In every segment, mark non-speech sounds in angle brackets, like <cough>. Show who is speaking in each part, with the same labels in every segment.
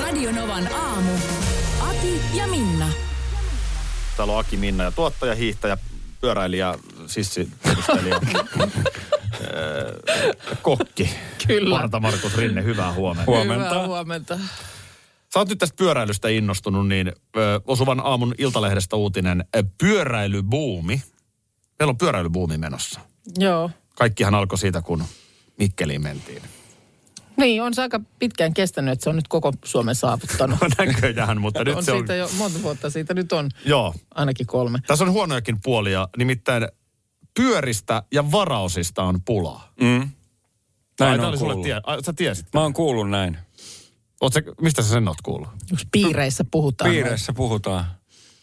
Speaker 1: Radionovan aamu. Ati ja Minna.
Speaker 2: Täällä on Aki Minna ja tuottaja, hiihtäjä, pyöräilijä, sissi,
Speaker 3: <laughs>
Speaker 2: edustelija, öö, kokki.
Speaker 3: Kyllä.
Speaker 2: Marta Markus Rinne, hyvää huomenta.
Speaker 3: Hyvää huomenta.
Speaker 2: Sä oot nyt tästä pyöräilystä innostunut, niin ö, osuvan aamun iltalehdestä uutinen. ö, Pyöräilybuumi. Meillä on pyöräilybuumi menossa.
Speaker 3: Joo.
Speaker 2: Kaikkihan alkoi siitä, kun Mikkeliin mentiin. <laughs>
Speaker 3: Niin, on se aika pitkään kestänyt, että se on nyt koko Suomen saavuttanut.
Speaker 2: No näköjään, mutta <laughs> nyt
Speaker 3: on
Speaker 2: se on...
Speaker 3: siitä jo monta vuotta, siitä nyt on
Speaker 2: Joo.
Speaker 3: ainakin kolme.
Speaker 2: Tässä on huonojakin puolia, nimittäin pyöristä ja varaosista on pulaa. Ai,
Speaker 4: Näin
Speaker 2: tää
Speaker 4: on
Speaker 2: oli sulle
Speaker 4: kuullut.
Speaker 2: tie- ai, sä tiesit.
Speaker 4: Mä oon kuullut näin.
Speaker 2: Oot sä, mistä sä sen oot kuullut?
Speaker 3: Jos piireissä puhutaan.
Speaker 4: Piireissä puhutaan.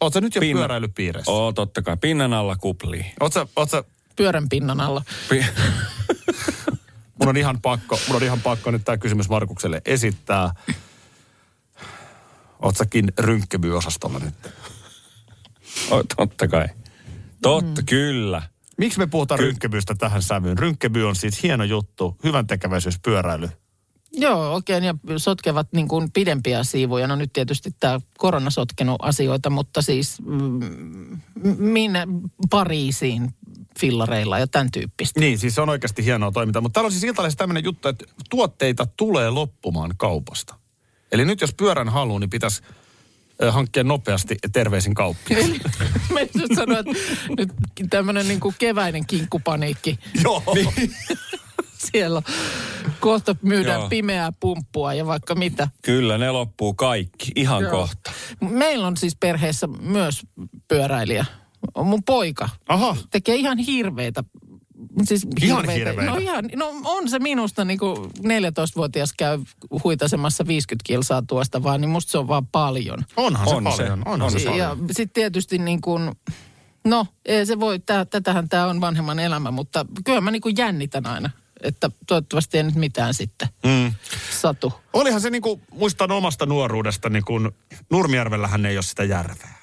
Speaker 2: Oot sä nyt jo
Speaker 4: Pinna.
Speaker 2: pyöräilypiireissä?
Speaker 4: Oo, totta kai. Pinnan alla kuplii.
Speaker 2: Oot sä, oot sä,
Speaker 3: Pyörän pinnan alla.
Speaker 4: Pi- <laughs>
Speaker 2: mun on ihan pakko, mun on ihan pakko nyt tää kysymys Markukselle esittää. Oot säkin rynkkämyosastolla nyt?
Speaker 4: Oo, totta kai. Totta, mm. kyllä.
Speaker 2: Miksi me puhutaan Ky-
Speaker 4: Ky-
Speaker 2: rynkkämyystä tähän sävyyn? Rynkkämyy on siis hieno juttu, hyvän tekeväisyys, pyöräily.
Speaker 3: Joo, oikein. Ja sotkevat niin kuin pidempiä siivuja. No nyt tietysti tämä korona sotkenut asioita, mutta siis mm, minne Pariisiin fillareilla ja tämän tyyppistä. <laughs>
Speaker 2: Niin, siis se on oikeasti hienoa toimintaa. Mutta täällä on siis iltalaisessa tämmöinen juttu, että tuotteita tulee loppumaan kaupasta. Eli nyt jos pyörän haluaa, niin pitäisi ö, hankkia nopeasti terveisin kauppia.
Speaker 3: Mä just sanoin, että nyt tämmöinen niin kuin keväinen kinkkupaniikki.
Speaker 4: <laughs>
Speaker 2: Joo. Niin.
Speaker 3: siellä on. kohta myydään Joo.
Speaker 4: Joo.
Speaker 3: pimeää pumppua ja vaikka mitä.
Speaker 4: Kyllä, ne loppuu kaikki. Ihan
Speaker 3: Joo.
Speaker 4: Joo. kohta.
Speaker 3: Meillä on siis perheessä myös pyöräilijä. On Mun poika
Speaker 2: Aha.
Speaker 3: tekee ihan hirveitä. Siis
Speaker 2: Ihan
Speaker 3: hirveitä.
Speaker 2: hirveitä?
Speaker 3: No, ihan, no on se minusta niin kuin 14-vuotias käy huitasemassa 50 kilsaa tuosta vaan, niin musta se on vaan paljon.
Speaker 2: Onhan se
Speaker 4: On se.
Speaker 2: paljon. Onhan se,
Speaker 4: On
Speaker 2: se
Speaker 4: se.
Speaker 2: paljon.
Speaker 3: Ja sitten tietysti niin kuin, no ei se voi, tää, tätähän tämä on vanhemman elämä, mutta kyllä mä niin kuin jännitän aina, että toivottavasti ei nyt mitään sitten mm. satu.
Speaker 2: Olihan se niinku, muistan omasta nuoruudesta, niin kun Nurmijärvellähän ei ole sitä järveä.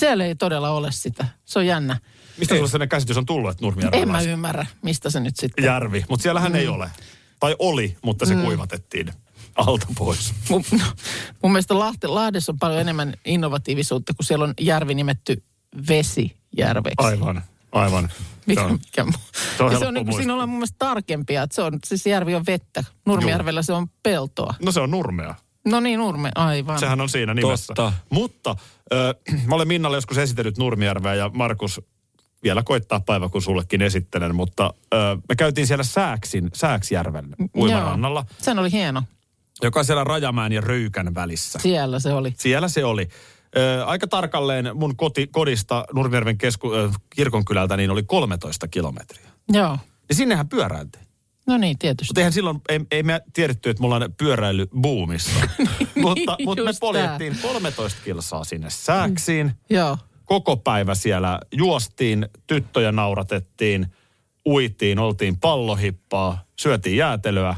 Speaker 3: Siellä ei todella ole sitä. Se on jännä.
Speaker 2: Mistä sulla sellainen käsitys on tullut, että
Speaker 3: En
Speaker 2: Nurmijärvellä
Speaker 3: mä
Speaker 2: on
Speaker 3: ymmärrä, mistä se nyt sitten...
Speaker 2: järvi? Mutta siellähän mm. ei ole. Tai oli, mutta se mm. kuivatettiin alta pois.
Speaker 3: Mun, no, mun mielestä Lahti, Lahdessa on paljon enemmän innovatiivisuutta, kun siellä on järvi nimetty Vesijärveksi.
Speaker 2: Aivan, aivan.
Speaker 3: Mikä,
Speaker 2: Joo.
Speaker 3: mikä mu-
Speaker 2: Se on
Speaker 3: ja se
Speaker 2: helppo
Speaker 3: on niin,
Speaker 2: muistaa.
Speaker 3: siinä ollaan mun mielestä tarkempia, että se on, siis järvi on vettä. Nurmijärvellä se on peltoa.
Speaker 2: No se on Nurmea.
Speaker 3: No niin, Nurme, aivan.
Speaker 2: Sehän on siinä nimessä.
Speaker 4: Totta.
Speaker 2: Mutta äh, <clears throat> mä olen Minnalle joskus esitellyt Nurmijärveä ja Markus vielä koittaa päivä, kun sullekin esittelen, mutta äh, me käytiin siellä Sääksin, Sääksjärven uimarannalla,
Speaker 3: Joo. Sehän oli hieno.
Speaker 2: joka on siellä Rajamäen ja Röykän välissä.
Speaker 3: Siellä se oli.
Speaker 2: Siellä se oli. Ö, aika tarkalleen mun koti, kodista Nurmijärven kesku, ö, kirkonkylältä niin oli 13 kilometriä.
Speaker 3: Joo.
Speaker 2: Niin sinnehän pyöräiltiin.
Speaker 3: No niin, tietysti.
Speaker 2: Mutta eihän silloin, ei, ei me tiedetty, että me ollaan pyöräilybuumissa. mutta, mutta me
Speaker 3: just
Speaker 2: poljettiin 13 kilsaa sinne sääksiin.
Speaker 3: Joo.
Speaker 2: Koko päivä siellä juostiin, tyttöjä nauratettiin, uitiin, oltiin pallohippaa, syötiin jäätelöä.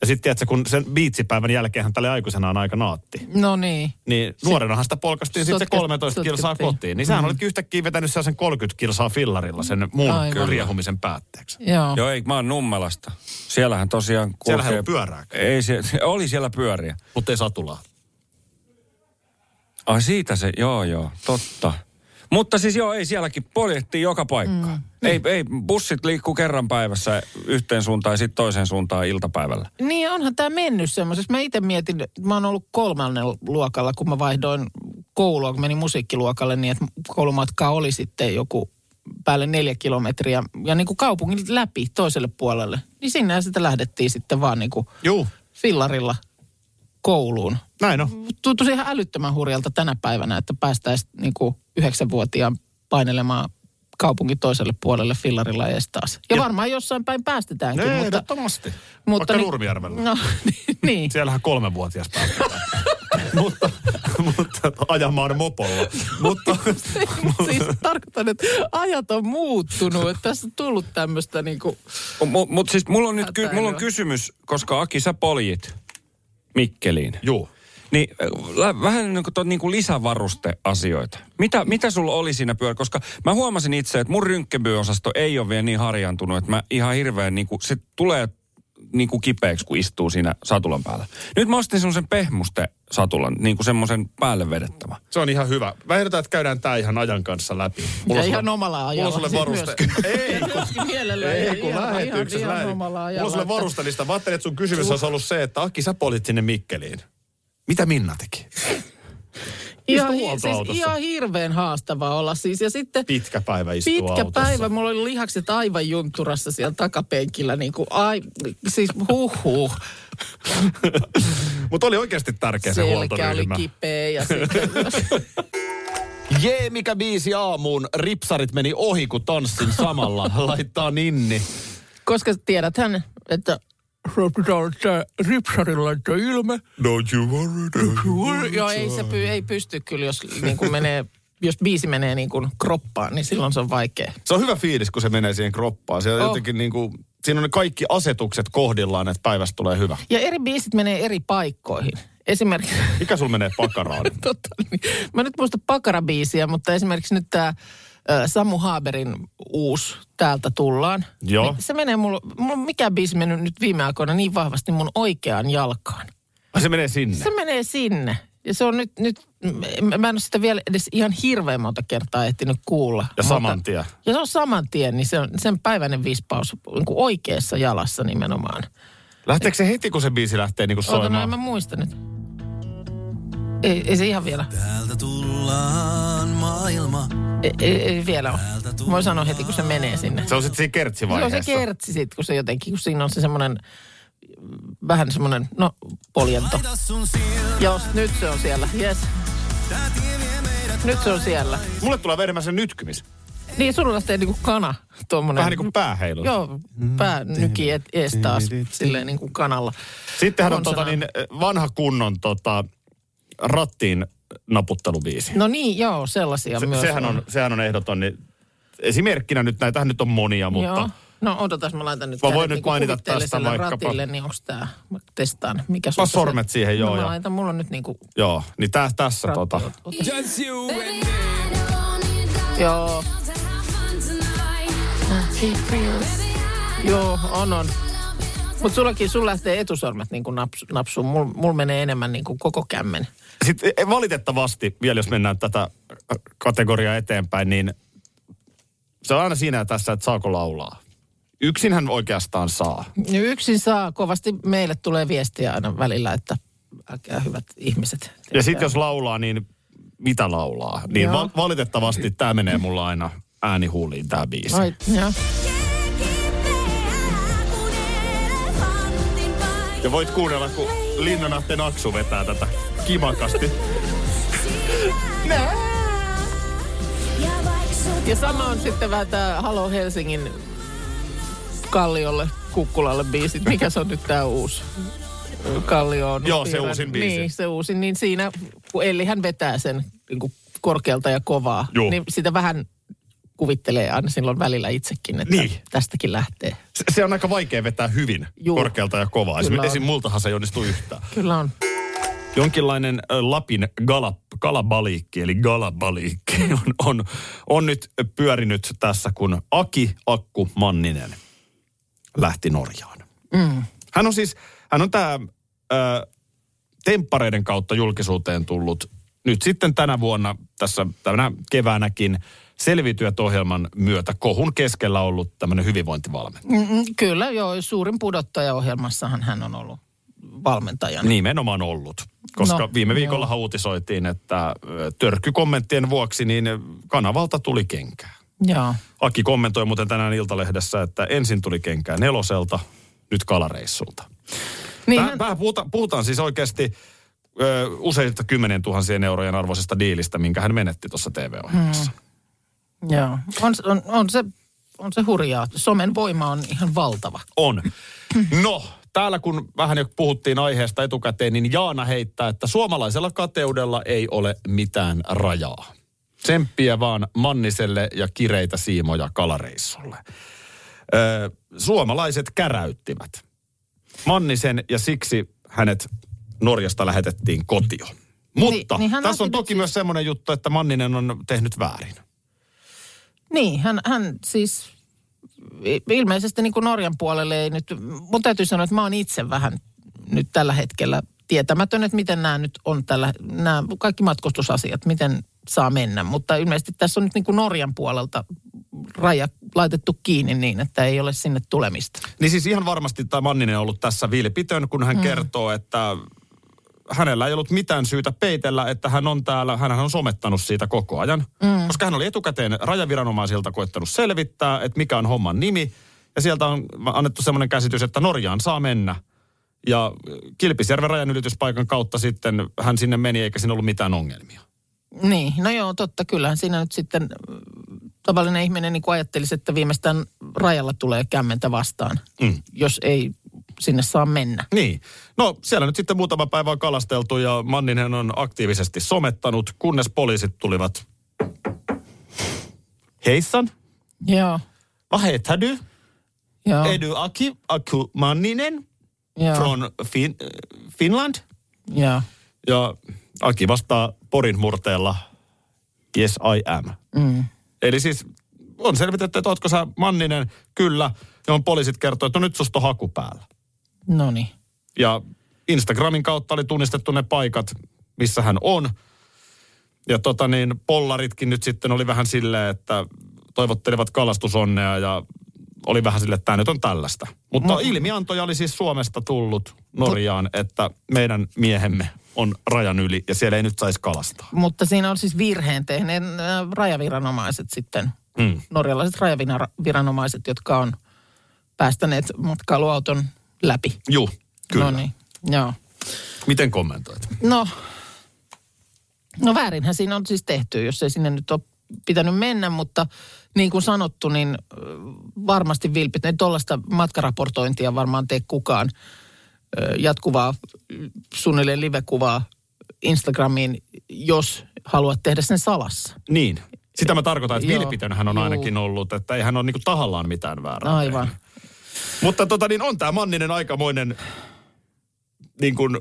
Speaker 2: Ja sitten tiedätkö, kun sen biitsipäivän jälkeenhän tälle aikuisena on aika naatti
Speaker 3: No niin.
Speaker 2: niin nuorenahan sitä polkastiin sitten se
Speaker 3: Sotke-
Speaker 2: 13 kilsaa
Speaker 3: sotkettiin. Mm.
Speaker 2: kotiin. Niin sähän olit yhtäkkiä vetänyt sen 30 kilsaa fillarilla sen muun
Speaker 3: Aivan.
Speaker 2: riehumisen päätteeksi.
Speaker 3: Joo.
Speaker 4: Joo, ei, mä oon Nummelasta. Siellähän tosiaan kulkee...
Speaker 2: Siellähän ei ole pyörääkään.
Speaker 4: Ei se, oli siellä pyöriä.
Speaker 2: Mutta ei satulaa.
Speaker 4: Ai siitä se, joo joo, totta. Mutta siis joo, ei sielläkin poljettiin joka paikkaan. Mm. Ei, ei, bussit liikkuu kerran päivässä yhteen suuntaan ja sitten toiseen suuntaan iltapäivällä.
Speaker 3: Niin onhan tämä mennyt semmoisessa. Mä itse mietin, mä oon ollut kolmannen luokalla, kun mä vaihdoin koulua, kun menin musiikkiluokalle, niin että koulumatka oli sitten joku päälle neljä kilometriä. Ja niin kuin kaupungin läpi toiselle puolelle. Niin sinne sitä lähdettiin sitten vaan niin kuin
Speaker 2: Juu,
Speaker 3: fillarilla kouluun.
Speaker 2: näin on.
Speaker 3: Tuntuu ihan älyttömän hurjalta tänä päivänä, että päästäisiin niin kuin yhdeksänvuotiaan niinku painelemaan kaupungin toiselle puolelle fillarilla ees taas. Ja,
Speaker 2: Ja-
Speaker 3: varmaan jossain päin päästetäänkin,
Speaker 2: Ei,
Speaker 3: mutta...
Speaker 2: ehdottomasti.
Speaker 3: mutta
Speaker 2: Vaikka Nurmijärvellä.
Speaker 3: No, <laughs> niin.
Speaker 2: Siellähän kolmevuotias päästetään. <laughs> mutta, mutta ajamaan mopolla. mutta
Speaker 3: <laughs> siis tarkoitan, että ajat on muuttunut, että tässä on tullut tämmöistä niinku...
Speaker 4: Mutta mut siis mulla on nyt ky- mulla on
Speaker 3: Hätäilyä.
Speaker 4: kysymys, koska Aki sä poljit Mikkeliin.
Speaker 2: juu.
Speaker 4: Niin äh, lä- vähän niin kuin, ton, niin kuin lisävarusteasioita. Mitä, mitä sulla oli siinä pyörä? Koska mä huomasin itse, että mun rynkkebyosasto ei ole vielä niin harjantunut, että mä ihan hirveän niin kuin, se tulee niin kuin kipeäksi, kun istuu siinä satulan päällä. Nyt mä ostin semmoisen pehmuste satulan, niin kuin semmoisen päälle vedettävä.
Speaker 2: Se on ihan hyvä. Mä ehdotan, että käydään tää ihan ajan kanssa läpi.
Speaker 3: Ja
Speaker 2: on
Speaker 3: ihan
Speaker 2: sulle-
Speaker 3: omalla ajalla.
Speaker 2: Mulla on sulle
Speaker 3: siis
Speaker 2: varuste.
Speaker 3: myöskin.
Speaker 2: Ei, kun
Speaker 3: Myöskin mielellään.
Speaker 2: Ei,
Speaker 3: ihan-
Speaker 2: kun
Speaker 3: ihan-
Speaker 2: lähetyksessä
Speaker 3: Ihan,
Speaker 2: lähe-
Speaker 3: ihan omalla
Speaker 2: Mulla
Speaker 3: ajalla.
Speaker 2: on sulle
Speaker 3: että-
Speaker 2: varustelista. Mä ajattelin, että sun kysymys olisi ollut se, että Aki, sä polit sinne Mikkeliin. Mitä Minna teki?
Speaker 3: Ihan,
Speaker 2: Istu
Speaker 3: hi- siis
Speaker 2: huoltoautossa.
Speaker 3: ihan hirveän haastavaa olla siis. Ja sitten
Speaker 2: Pitkä päivä istua
Speaker 3: pitkä
Speaker 2: autossa.
Speaker 3: päivä, mulla oli lihakset aivan junturassa siellä takapenkillä. Niin kuin, ai, siis huhhuh.
Speaker 2: Mutta oli oikeasti tärkeä se
Speaker 3: Selkä oli
Speaker 2: huoltoryhmä.
Speaker 3: kipeä ja sitten
Speaker 5: Jee, mikä biisi aamuun. Ripsarit meni ohi, kun tanssin
Speaker 3: <laughs>
Speaker 5: samalla. Laittaa ninni.
Speaker 3: Koska tiedäthän, että ripsarilla on ilme.
Speaker 2: Don't you worry. Don't you worry.
Speaker 3: Joo, ei se py, ei pysty kyllä, jos, niin kuin menee, jos biisi menee niin kuin kroppaan, niin silloin se on vaikea.
Speaker 2: Se on hyvä fiilis, kun se menee siihen kroppaan. Se on
Speaker 3: Oh.
Speaker 2: jotenkin niin kuin, siinä on ne kaikki asetukset kohdillaan, että päivästä tulee hyvä.
Speaker 3: Ja eri biisit menee eri paikkoihin. Esimerkiksi,
Speaker 2: Mikä sul menee
Speaker 3: <laughs>
Speaker 2: pakaraan?
Speaker 3: totta, niin, mä en nyt muista pakarabiisiä, mutta esimerkiksi nyt tämä Samu Haaberin uusi Täältä tullaan.
Speaker 2: Joo.
Speaker 3: Niin Se menee mulla, mulla on mikä biisi mennyt nyt viime aikoina niin vahvasti mun oikeaan jalkaan.
Speaker 2: Ai se menee sinne.
Speaker 3: Se menee sinne. Ja se on nyt, nyt m- mä en ole sitä vielä edes ihan hirveän monta kertaa ehtinyt kuulla.
Speaker 2: Ja
Speaker 3: Mutta-
Speaker 2: saman tien.
Speaker 3: Ja se on saman tien, niin se on sen päiväinen vispaus niin kuin oikeassa jalassa nimenomaan.
Speaker 2: Lähteekö se heti, kun se biisi lähtee niin kuin
Speaker 3: Oota, no en
Speaker 2: soimaan?
Speaker 3: mä muista nyt. Ei, ei se ihan vielä.
Speaker 6: Täältä tullaan maailma.
Speaker 3: Ei, ei, ei vielä ole. Voi sanoa heti, kun se menee sinne.
Speaker 2: Se on sitten siinä
Speaker 3: Se on
Speaker 2: kertsivaiheessa.
Speaker 3: se kertsi sitten, kun se jotenkin, kun siinä on se semmoinen vähän semmoinen, no, poljento.
Speaker 6: Laita sun silmä,
Speaker 3: Jos, nyt se on siellä, yes.
Speaker 6: tää tie vie meidät
Speaker 3: Nyt se on siellä.
Speaker 2: Mulle tulee enemmän se nytkymis.
Speaker 3: Niin, sulla lähtee niinku kana, tuommoinen.
Speaker 2: Vähän niin kuin pääheilu.
Speaker 3: Joo, pää nyki et- ees taas silleen niin kuin kanalla.
Speaker 2: Sittenhän on tota,
Speaker 3: Konsonaan.
Speaker 2: niin, vanha kunnon tota, rattiin naputtelubiisi.
Speaker 3: No niin, joo, sellaisia
Speaker 2: Se,
Speaker 3: myös.
Speaker 2: sehän, on, sehän on ehdoton. Niin, esimerkkinä nyt, näitähän nyt on monia, mutta
Speaker 3: Joo. No odotas, mä laitan nyt
Speaker 2: Mä
Speaker 3: kädet
Speaker 2: voin nyt
Speaker 3: niinku
Speaker 2: mainita
Speaker 3: kuvitteelliselle
Speaker 2: tästä vaikkapa-
Speaker 3: ratille, niin onks tää, mä testaan, mikä sulla
Speaker 2: sormet
Speaker 3: se-
Speaker 2: siihen, joo,
Speaker 3: No mä
Speaker 2: ja-
Speaker 3: laitan, mulla on nyt niinku
Speaker 2: joo, niin tää, tässä
Speaker 3: ratti-
Speaker 2: tota.
Speaker 3: ota-
Speaker 7: Joo.
Speaker 3: Joo, joo, on on. Mut sullakin, sulla lähtee etusormet niinku naps, napsuun, mul, mul menee enemmän niinku koko kämmen.
Speaker 2: Sitten eh, valitettavasti vielä, jos mennään tätä äh, kategoriaa eteenpäin, niin se on aina siinä ja tässä, että saako laulaa. Yksinhän oikeastaan saa.
Speaker 3: Ja Niin yksin saa, kovasti meille tulee viestiä aina välillä, että älkää hyvät ihmiset.
Speaker 2: Ja sitten jos laulaa, niin mitä laulaa? Niin
Speaker 3: Joo.
Speaker 2: va- valitettavasti tämä menee mulla aina äänihuuliin tämä biisi.
Speaker 3: Ai, joo.
Speaker 2: Ja voit kuunnella, kun Linnanahteen Aksu vetää tätä kimakasti.
Speaker 3: Ja sama on sitten vähän tämä Halo Helsingin Kalliolle, Kukkulalle biisit. Mikä se on nyt tämä uusi? Kallio on.
Speaker 2: Joo, se
Speaker 3: Piirän-
Speaker 2: uusin biisi.
Speaker 3: Niin, se uusin. Niin siinä, kun Ellihän vetää sen niin kuin korkealta ja kovaa,
Speaker 2: Joo.
Speaker 3: niin sitä vähän kuvittelee aina silloin välillä itsekin, että
Speaker 2: Niin.
Speaker 3: tästäkin lähtee.
Speaker 2: Se, se on aika vaikea vetää hyvin
Speaker 3: Juu.
Speaker 2: korkealta ja kovaa.
Speaker 3: Kyllä
Speaker 2: Esim,
Speaker 3: on.
Speaker 2: esim. multahan se ei onnistu yhtään.
Speaker 3: Kyllä on.
Speaker 2: Jonkinlainen ö, Lapin gala, kalabaliikki, eli galabaliikki, <laughs> on, on, on nyt pyörinyt tässä, kun Aki Akku Manninen lähti Norjaan. Mm. Hän on siis, hän on tämä temppareiden kautta julkisuuteen tullut nyt sitten tänä vuonna, tässä tänä keväänäkin, selvityötohjelman myötä kohun keskellä ollut tämmöinen hyvinvointivalmentaja.
Speaker 3: Mm, Kyllä, joo. Suurin pudottajaohjelmassahan hän on ollut valmentajana.
Speaker 2: Niin. Nimenomaan ollut. Koska no,
Speaker 3: No,
Speaker 2: viime
Speaker 3: joo.
Speaker 2: viikolla uutisoitiin, että ö, törkkykommenttien vuoksi niin ö, kanavalta tuli kenkää.
Speaker 3: Joo.
Speaker 2: Aki kommentoi muuten tänään Iltalehdessä, että ensin tuli kenkää neloselta, nyt kalareissulta.
Speaker 3: Niin
Speaker 2: Tähän,
Speaker 3: hän-
Speaker 2: tähän puhuta, puhutaan siis oikeasti ö,
Speaker 3: Hmm.
Speaker 2: useista kymmenien tuhansien eurojen arvoisesta diilistä, minkä hän menetti tuossa TV-ohjelmassa.
Speaker 3: Joo. On, se- on, on, se, on se hurjaa. Somen voima on ihan valtava.
Speaker 2: On. No, täällä kun vähän jo puhuttiin aiheesta etukäteen, niin Jaana heittää, että suomalaisella kateudella ei ole mitään rajaa. Tsemppiä vaan Manniselle ja kireitä siimoja kalareissulle. Öö, suomalaiset käräyttivät Mannisen ja siksi hänet Norjasta lähetettiin kotio. Mutta
Speaker 3: Niin- niin
Speaker 2: niin,
Speaker 3: hän
Speaker 2: niin tässä on
Speaker 3: otti nyt
Speaker 2: toki myös semmoinen juttu, että Manninen on tehnyt väärin.
Speaker 3: Niin, hän, hän siis i- ilmeisesti niin kuin Norjan puolelle ei nyt, mun täytyy sanoa, että mä oon itse vähän nyt tällä hetkellä tietämätön, että miten nämä nyt on tällä, nämä kaikki matkustusasiat, miten saa mennä. Mutta ilmeisesti tässä on nyt niin kuin Norjan puolelta raja laitettu kiinni niin, että ei ole sinne tulemista.
Speaker 2: Niin siis ihan varmasti tämä Manninen on ollut tässä vilpitön, kun hän mm. kertoo, että hänellä ei ollut mitään syytä peitellä, että hän on täällä, hän on somettanut siitä koko ajan. Mm. Koska hän oli etukäteen rajaviranomaisilta koettanut selvittää, että mikä on homman nimi. Ja sieltä on annettu semmoinen käsitys, että Norjaan saa mennä. Ja Kilpisjärven rajanylityspaikan kautta sitten hän sinne meni, eikä siinä ollut mitään ongelmia.
Speaker 3: Niin, no joo, totta. Kyllähän siinä nyt sitten mm, tavallinen ihminen niin kuin ajattelisi, että viimeistään rajalla tulee kämmentä vastaan, mm. jos ei sinne saa mennä.
Speaker 2: Niin. No siellä nyt sitten muutama päivä on kalasteltu ja Manninen on aktiivisesti somettanut, kunnes poliisit tulivat. Heissan,
Speaker 3: Joo,
Speaker 2: vad heter du?
Speaker 3: joo,
Speaker 2: Är du Aki, Aku Manninen
Speaker 3: joo,
Speaker 2: från fin, Finland?
Speaker 3: joo.
Speaker 2: Ja Aki vastaa Porin murteella, yes I am.
Speaker 3: Mm.
Speaker 2: Eli siis on selvitetty, että ootko sä Manninen, kyllä, johon poliisit kertoo, että no nyt susta on haku päällä.
Speaker 3: No niin.
Speaker 2: Ja Instagramin kautta oli tunnistettu ne paikat, missä hän on. Ja tota niin, pollaritkin nyt sitten oli vähän silleen, että toivottelivat kalastusonnea ja oli vähän silleen, että tämä nyt on tällaista. Mutta ilmiantoja oli siis Suomesta tullut Norjaan, että meidän miehemme on rajan yli ja siellä ei nyt saisi kalastaa.
Speaker 3: Mutta siinä on siis virheen tehneen äh, rajaviranomaiset sitten,
Speaker 2: Mm.
Speaker 3: norjalaiset rajaviranomaiset, jotka on päästäneet matkailuauton läpi.
Speaker 2: Juu, kyllä.
Speaker 3: No niin, joo.
Speaker 2: Miten kommentoit?
Speaker 3: No, no väärinhän siinä on siis tehty, jos ei sinne nyt ole pitänyt mennä, mutta niin kuin sanottu, niin ö, varmasti vilpit, ei tuollaista matkaraportointia varmaan tee kukaan ö, jatkuvaa mm, suunnilleen livekuvaa Instagramiin, jos haluat tehdä sen salassa.
Speaker 2: Niin. Sitä mä tarkoitan, että
Speaker 3: Joo,
Speaker 2: vilpitön hän on
Speaker 3: juu.
Speaker 2: ainakin ollut, että ei hän ole niinku tahallaan mitään väärää.
Speaker 3: Aivan.
Speaker 2: Mutta tota niin, on tämä Manninen aikamoinen, niin kuin,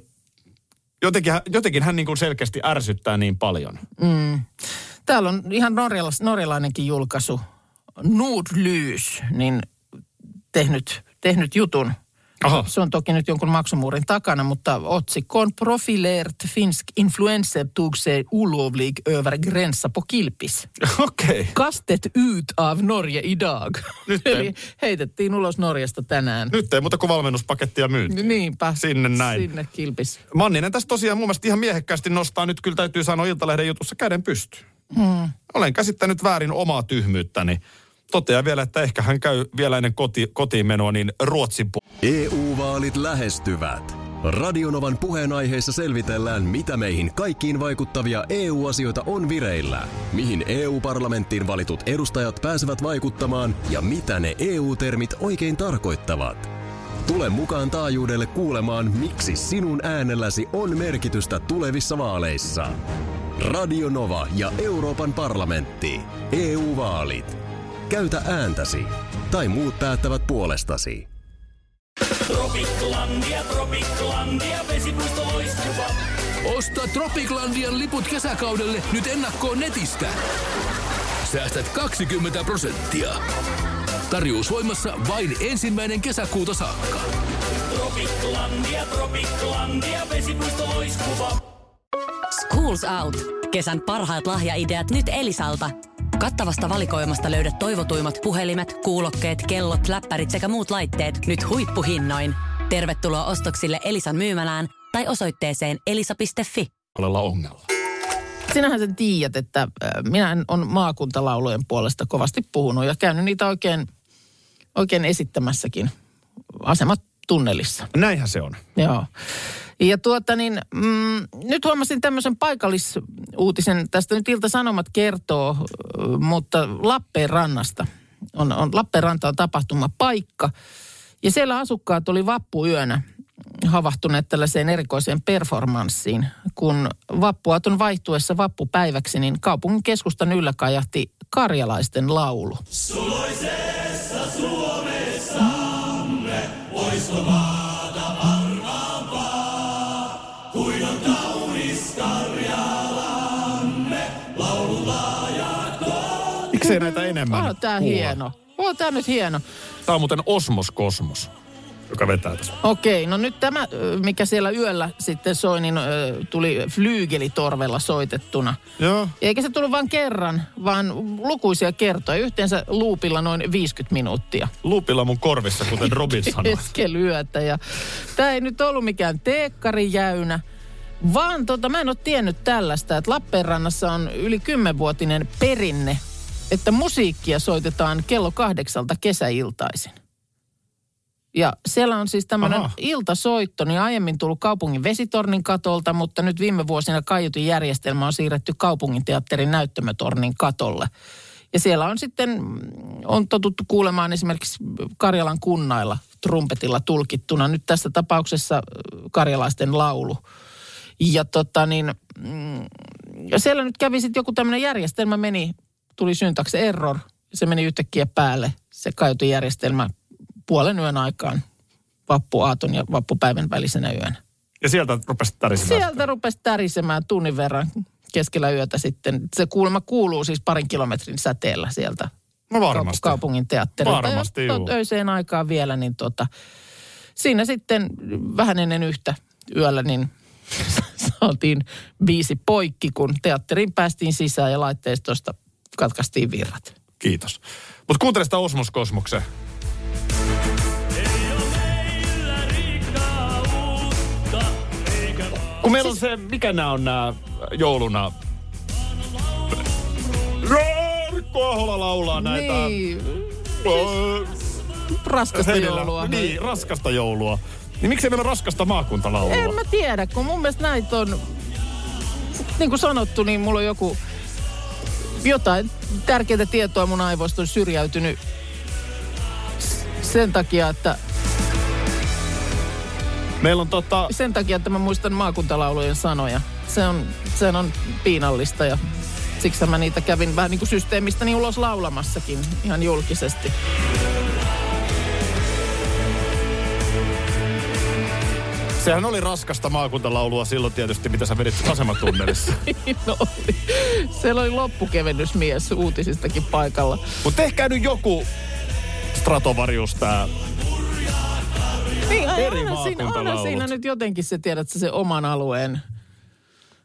Speaker 2: jotenkin, hän- jotenkin hän niin kuin selkeästi ärsyttää niin paljon.
Speaker 3: Täällä on ihan norjalais, norjalainenkin julkaisu, Nordlys, niin tehnyt, tehnyt jutun.
Speaker 2: Aha.
Speaker 3: Se on toki nyt jonkun maksumuurin takana, mutta otsikko on Profileert finsk influencer tog sig olovlig över gränsa på Kilpis.
Speaker 2: <laughs> Okei. Okay.
Speaker 3: Kastet ut av Norge idag.
Speaker 2: Nyt ei-
Speaker 3: Eli heitettiin ulos Norjasta tänään.
Speaker 2: Nyt ei muuta kuin valmennuspakettia myynti.
Speaker 3: Niinpä.
Speaker 2: Sinne näin.
Speaker 3: Sinne Kilpis.
Speaker 2: Manninen tässä tosiaan mun mielestä ihan miehekkäästi nostaa nyt, kyllä täytyy sanoa Iltalehden jutussa käden pystyyn. Hmm. Olen käsittänyt väärin omaa tyhmyyttäni. Toteaa vielä, että ehkä hän käy vielä ennen koti, kotiin menoa niin Ruotsin pu-
Speaker 8: EU-vaalit E lähestyvät. Radionovan puheenaiheessa selvitellään, mitä meihin kaikkiin vaikuttavia EU-asioita on vireillä, mihin EU-parlamenttiin valitut edustajat pääsevät vaikuttamaan ja mitä ne EU-termit oikein tarkoittavat. Tule mukaan taajuudelle kuulemaan, miksi sinun äänelläsi on merkitystä tulevissa vaaleissa. Radio Nova ja Euroopan parlamentti. EU-vaalit. Käytä ääntäsi. Tai muut päättävät puolestasi.
Speaker 7: Osta Tropiklandian liput kesäkaudelle nyt ennakkoon netistä. Säästät 20 prosenttia. Tarjous voimassa vain ensimmäinen kesäkuuta saakka.
Speaker 9: Schools Out. Kesän parhaat lahjaideat nyt Elisalta. Kattavasta valikoimasta löydät toivotuimmat puhelimet, kuulokkeet, kellot, läppärit sekä muut laitteet nyt huippuhinnoin. Tervetuloa ostoksille Elisan myymälään tai osoitteeseen elisa.fi.
Speaker 2: olella ongelma.
Speaker 3: Sinähän sen tiedät, että äh, minä on maakuntalaulujen puolesta kovasti puhunut ja käynyt niitä oikein, oikein esittämässäkin asemat tunnelissa.
Speaker 2: Näinhän se on.
Speaker 3: Joo. Ja tuota niin, mm, nyt huomasin tämmöisen paikallis uutisen. Tästä nyt Ilta-Sanomat kertoo, ö, mutta Lappeenrannasta. On, on, Lappeenranta on tapahtumapaikka. Ja siellä asukkaat oli vappuyönä havahtuneet tällaiseen erikoiseen performanssiin, kun vappuaton vaihtuessa vappupäiväksi, niin kaupungin keskustan yllä kajahti karjalaisten laulu.
Speaker 2: Miksei näitä enemmän?
Speaker 3: Oh, On tämä
Speaker 2: kuule?
Speaker 3: hieno. On tämä nyt hieno.
Speaker 2: Tämä on muuten Osmos Kosmos, joka vetää tässä.
Speaker 3: Okei, no nyt tämä, ö, mikä siellä yöllä sitten soi, niin ö, tuli flyygelitorvella soitettuna.
Speaker 2: Joo.
Speaker 3: Eikä se tullut vain kerran, vaan lukuisia kertoja, yhteensä luupilla noin 50 minuuttia
Speaker 2: Lupilla mun korvissa, kuten Robin sanoi.
Speaker 3: keskellä yötä. Ja tämä ei nyt ollut mikään teekkarijäynä, vaan tota, mä en ole tiennyt tällaista, että Lappeenrannassa on yli kymmenvuotinen perinne, että musiikkia soitetaan kello kahdeksalta kesäiltaisin. Ja siellä on siis tämmöinen
Speaker 2: Aha.
Speaker 3: iltasoitto, niin aiemmin tullut kaupungin vesitornin katolta, mutta nyt viime vuosina kaiutin järjestelmä on siirretty kaupungin teatterin näyttämötornin katolle. Ja siellä on sitten, mm, on totuttu kuulemaan esimerkiksi Karjalan kunnailla trumpetilla tulkittuna. Nyt tässä tapauksessa äh, karjalaisten laulu. Ja tota niin, mm, ja siellä nyt kävi sitten joku tämmöinen järjestelmä meni, tuli syntaksi error. Se meni yhtäkkiä päälle, se kaiutin järjestelmä puolen yön aikaan vappuaaton ja vappupäivän välisenä yönä.
Speaker 2: Ja sieltä rupesi tärisemään.
Speaker 3: Sieltä rupesi tärisemään tunnin verran keskellä yötä sitten. Se kuulemma kuuluu siis parin kilometrin säteellä sieltä
Speaker 2: No
Speaker 3: kaup-
Speaker 2: varmasti.
Speaker 3: kaupungin teatterilta.
Speaker 2: Varmasti,
Speaker 3: ja
Speaker 2: juu.
Speaker 3: tot- öiseen aikaan vielä, niin tota, siinä sitten vähän ennen yhtä yöllä, niin <laughs> saatiin biisi poikki, kun teatteriin päästiin sisään ja laitteistosta katkaistiin virrat.
Speaker 2: Kiitos. Mutta kuuntele sitä Osmos Kosmoksen. Kun meillä on
Speaker 3: Siis-
Speaker 2: se, mikä nämä on nämä jouluna? Jarkko Ahola laulaa No näitä.
Speaker 3: Niin, Siis
Speaker 2: Öö,
Speaker 3: raskasta
Speaker 2: Heidellä-
Speaker 3: joulua.
Speaker 2: Niin, raskasta joulua. Niin miksei meillä ole raskasta maakuntalaulua?
Speaker 3: En mä tiedä, kun mun mielestä näitä on, niin kuin sanottu, niin mulla on joku, jotain tärkeää tietoa mun aivoista on syrjäytynyt s- sen takia, että,
Speaker 2: Meillä on tota...
Speaker 3: sen takia, että mä muistan maakuntalaulujen sanoja. Se on, sen on piinallista ja siksi mä niitä kävin vähän niin kuin systeemistä niin ulos laulamassakin ihan julkisesti. <laughs>
Speaker 2: Sehän oli raskasta maakuntalaulua silloin tietysti, mitä sä vedit asematunnelissa.
Speaker 3: No oli. Siellä oli loppukevennysmies uutisistakin paikalla.
Speaker 2: Mutta tehkää nyt joku Stratovarius tää.
Speaker 3: Niin, ai,
Speaker 2: Eri
Speaker 3: onhan siinä, onhan
Speaker 2: maakuntalaulut.
Speaker 3: siinä nyt jotenkin se, tiedät sä, se oman alueen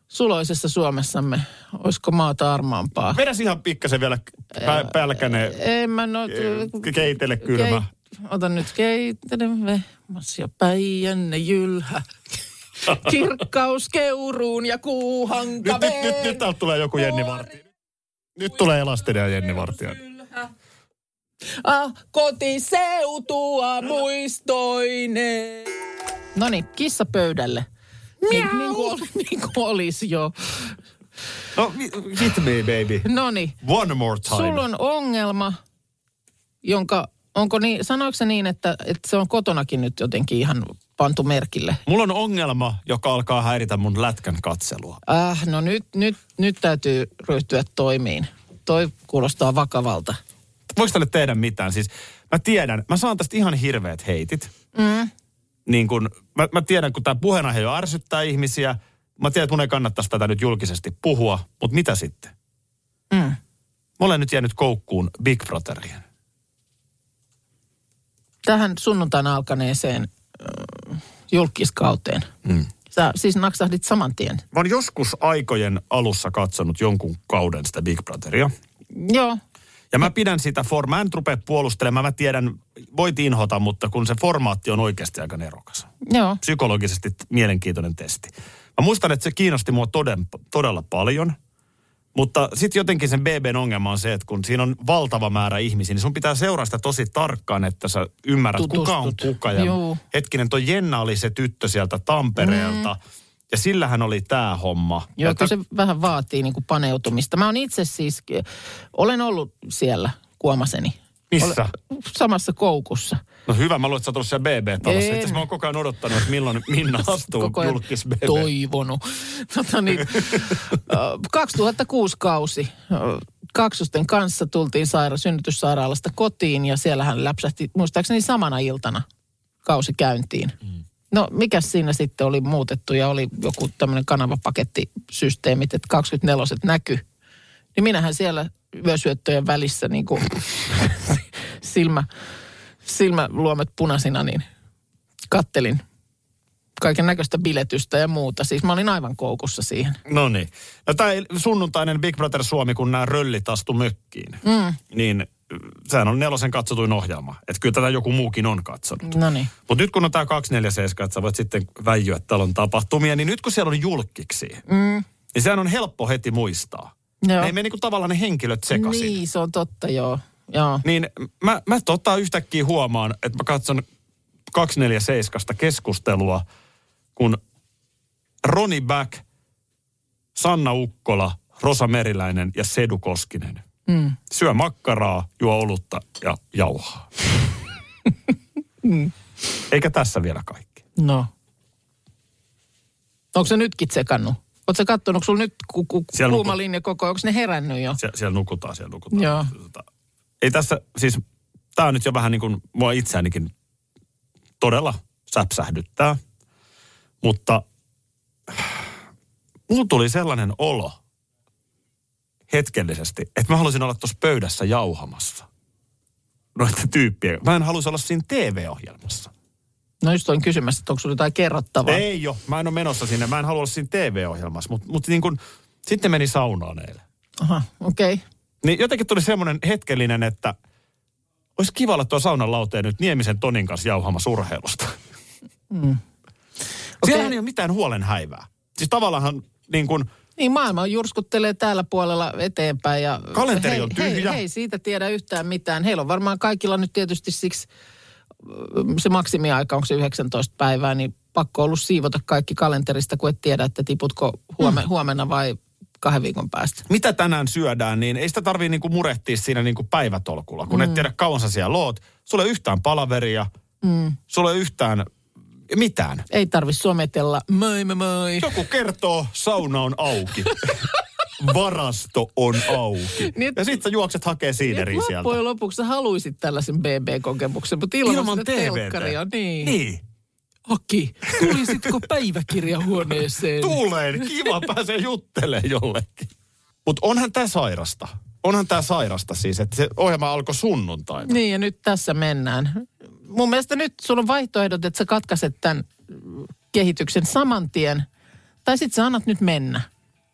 Speaker 3: suloisessa Suomessamme. Olisiko maata armaampaa?
Speaker 2: Vedäs ihan pikkasen vielä pä- pälkäne,
Speaker 3: En mä no...
Speaker 2: eh, keitele kylmä.
Speaker 3: Kei- Ota nyt keitelen vehmas ja päijänne
Speaker 2: <laughs>
Speaker 3: jylhä. Kirkkaus keuruun ja kuuhanka
Speaker 2: Nyt, nyt, nyt, nyt täältä tulee joku Jenni Vartija. Nyt tulee elastinen ja Jenni Vartija.
Speaker 3: Ah, kotiseutua muistoinen. No niin, kissa pöydälle. Niin, niin, kuin, oli- <laughs> niin kuin olisi jo.
Speaker 2: No, hit me baby.
Speaker 3: No niin,
Speaker 2: One more time.
Speaker 3: sulla on ongelma, jonka, onko niin, sanoiko se niin, että, että se on kotonakin nyt jotenkin ihan pantu merkille?
Speaker 2: Mulla on ongelma, joka alkaa häiritä mun lätkän katselua.
Speaker 3: Äh, no nyt, nyt, nyt täytyy ryhtyä toimiin. Toi kuulostaa vakavalta.
Speaker 2: voiko tälle tehdä mitään? Siis mä tiedän, mä saan tästä ihan hirveät heitit. Mm. Niin kun, mä, mä tiedän, kun tämä puheenaihe jo ärsyttää ihmisiä. Mä tiedän, että mun ei kannattaisi tätä nyt julkisesti puhua, mutta mitä sitten? Mm. Mä olen nyt jäänyt koukkuun Big Brotheriin.
Speaker 3: Tähän sunnuntaina alkaneeseen äh, julkiskauteen. Mm. Sä siis naksahdit saman tien.
Speaker 2: Mä oon joskus aikojen alussa katsonut jonkun kauden sitä Big Brotheria.
Speaker 3: Joo,
Speaker 2: Ja mä pidän sitä formaa, mä en rupea puolustelemaan, mä tiedän, voit inhota, mutta kun se formaatti on oikeasti aika nerokas.
Speaker 3: joo.
Speaker 2: psykologisesti t- mielenkiintoinen testi. Mä muistan, että se kiinnosti mua toden, todella paljon, mutta sitten jotenkin sen BBn ongelma on se, että kun siinä on valtava määrä ihmisiä, niin sun pitää seuraa sitä tosi tarkkaan, että sä ymmärrät, kuka on
Speaker 3: Tutustut.
Speaker 2: kuka. Ja
Speaker 3: Juu.
Speaker 2: hetkinen, toi Jenna oli se tyttö sieltä Tampereelta. Mm. Ja sillähän oli tämä homma.
Speaker 3: Joo,
Speaker 2: Että-
Speaker 3: kyllä se vähän vaatii niin kuin paneutumista. Mä oon itse siis, olen ollut siellä kuomaseni.
Speaker 2: Missä?
Speaker 3: Samassa koukussa.
Speaker 2: No hyvä, mä luulen, että sä oot ollut siellä BB-talossa. Itse
Speaker 3: En.
Speaker 2: asiassa mä oon koko ajan odottanut, että milloin Minna astuu
Speaker 3: <laughs> Koko ajan
Speaker 2: julkis BB.
Speaker 3: toivonut. Tota niin, ö, 2006 kausi. ö, Kaksosten kanssa tultiin saira- synnytyssairaalasta kotiin ja siellähän läpsähti, muistaakseni samana iltana kausi käyntiin. No mikä siinä sitten oli muutettu ja oli joku tämmöinen kanavapakettisysteemit, että 24 näky. Niin minähän siellä yösyöttöjen välissä niin kuin <laughs> silmä, silmäluomet punaisina niin kattelin kaiken näköistä biletystä ja muuta. Siis mä olin aivan koukussa siihen.
Speaker 2: No niin. No tämä sunnuntainen Big Brother Suomi, kun nämä röllit astu mökkiin, mm. niin sehän on nelosen katsotuin ohjelma. Että kyllä tätä joku muukin on katsonut.
Speaker 3: No niin.
Speaker 2: Mutta nyt kun on tämä 247, että sä voit sitten väijyä talon tapahtumia, niin nyt kun siellä on julkiksi, mm. niin sehän on helppo heti muistaa.
Speaker 3: Joo.
Speaker 2: Ne ei mene niinku tavallaan ne henkilöt sekaisin.
Speaker 3: Niin, se on totta, joo. Joo.
Speaker 2: Niin mä, mä tota yhtäkkiä huomaan, että mä katson 247 keskustelua, kun Roni Back, Sanna Ukkola, Rosa Meriläinen ja Sedu Koskinen mm. syö makkaraa, juo olutta ja jauhaa. Eikä tässä vielä kaikki.
Speaker 3: No. Onko se nytkin sekannut? Oletko sä kattonut, onko sulla nyt ku, ku,
Speaker 2: Siellä nuku-
Speaker 3: kuuma linja koko ajan? Onko ne herännyt jo?
Speaker 2: Sie- siellä nukutaan, siellä nukutaan.
Speaker 3: Joo.
Speaker 2: Tota, Ei tässä, siis tämä on nyt jo vähän niin kuin mua itseänikin todella säpsähdyttää, mutta mulla tuli sellainen olo hetkellisesti, että mä halusin olla tuossa pöydässä jauhamassa noita tyyppiä. Mä en halusi olla siinä TV-ohjelmassa.
Speaker 3: No just olin kysymässä, että onko sulla jotain kerrottavaa.
Speaker 2: Ei jo, mä en ole menossa sinne, mä en halua olla siinä TV-ohjelmassa, mutta mut niin kun- sitten meni saunaan eilen.
Speaker 3: Aha, okei. Okay.
Speaker 2: Niin jotenkin tuli semmoinen hetkellinen, että olisi kiva olla tuo saunan lauteen nyt Niemisen Tonin kanssa jauhamassa urheilusta. Mm. Siellähän ei ole mitään huolen häivää. Siis tavallaan niin kuin,
Speaker 3: Niin, maailma jurskuttelee täällä puolella eteenpäin. Ja
Speaker 2: Kalenteri
Speaker 3: hei,
Speaker 2: on
Speaker 3: Hei,
Speaker 2: tyhjä.
Speaker 3: hei, siitä tiedä yhtään mitään. Heillä on varmaan kaikilla nyt tietysti siksi mm, se maksimiaika, onko se 19 päivää, niin pakko ollut siivota kaikki kalenterista, kun et tiedä, että tiputko huome,
Speaker 2: Mm.
Speaker 3: huomenna vai kahden viikon päästä.
Speaker 2: mitä tänään syödään, niin ei sitä tarvii niin kuin murehtia siinä niin kuin päivätolkulla, kun mm. et tiedä kauan sä siellä oot. Sulla ei ole yhtään palaveria, mm. sulla ei ole yhtään mitään.
Speaker 3: Ei tarvi sometella, moi moi moi.
Speaker 2: Joku kertoo, sauna on auki. Varasto on auki.
Speaker 3: Niin,
Speaker 2: ja sit sä juokset hakee siideriä
Speaker 3: Loppujen
Speaker 2: sieltä.
Speaker 3: lopuksi sä haluisit tällaisen BB-kokemuksen, mutta ilman,
Speaker 2: Ilman
Speaker 3: sitä
Speaker 2: TVtä.
Speaker 3: telkkaria. Niin.
Speaker 2: Niin.
Speaker 3: Aki, tulisitko päiväkirjahuoneeseen?
Speaker 2: Tuleen, kiva, pääsee juttelemaan jollekin. Mutta onhan tämä sairasta. Onhan tämä sairasta siis, että se ohjelma alkoi sunnuntaina.
Speaker 3: Niin ja nyt tässä mennään. Mun mielestä nyt sulla on vaihtoehdot, että sä katkaiset tämän kehityksen saman tien. Tai sitten sä annat nyt mennä.